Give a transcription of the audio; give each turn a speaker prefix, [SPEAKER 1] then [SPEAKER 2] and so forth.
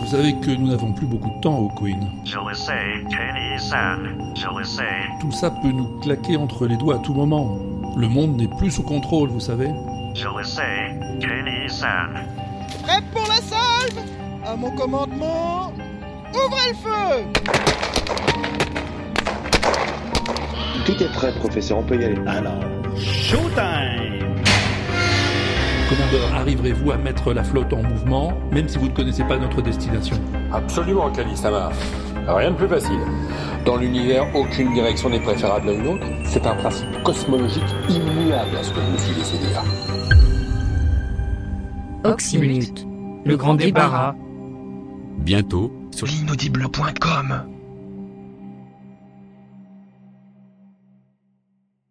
[SPEAKER 1] Vous savez que nous n'avons plus beaucoup de temps au Queen.
[SPEAKER 2] Je le sais, Kenny San. Je le sais.
[SPEAKER 1] Tout ça peut nous claquer entre les doigts à tout moment. Le monde n'est plus sous contrôle, vous savez.
[SPEAKER 2] Je le sais, Kenny San.
[SPEAKER 3] Prêt pour la salve À mon commandement, ouvrez le feu
[SPEAKER 4] Tout est prêt, professeur, on peut y aller.
[SPEAKER 5] Alors, showtime
[SPEAKER 1] Commandeur, arriverez-vous à mettre la flotte en mouvement, même si vous ne connaissez pas notre destination
[SPEAKER 6] Absolument, Kalisama. Rien de plus facile. Dans l'univers, aucune direction n'est préférable à une autre. C'est un principe cosmologique immuable à ce que je me suis laissé dire.
[SPEAKER 7] Oxymute. Le grand débarras.
[SPEAKER 8] Bientôt, sur
[SPEAKER 9] L'inaudible.com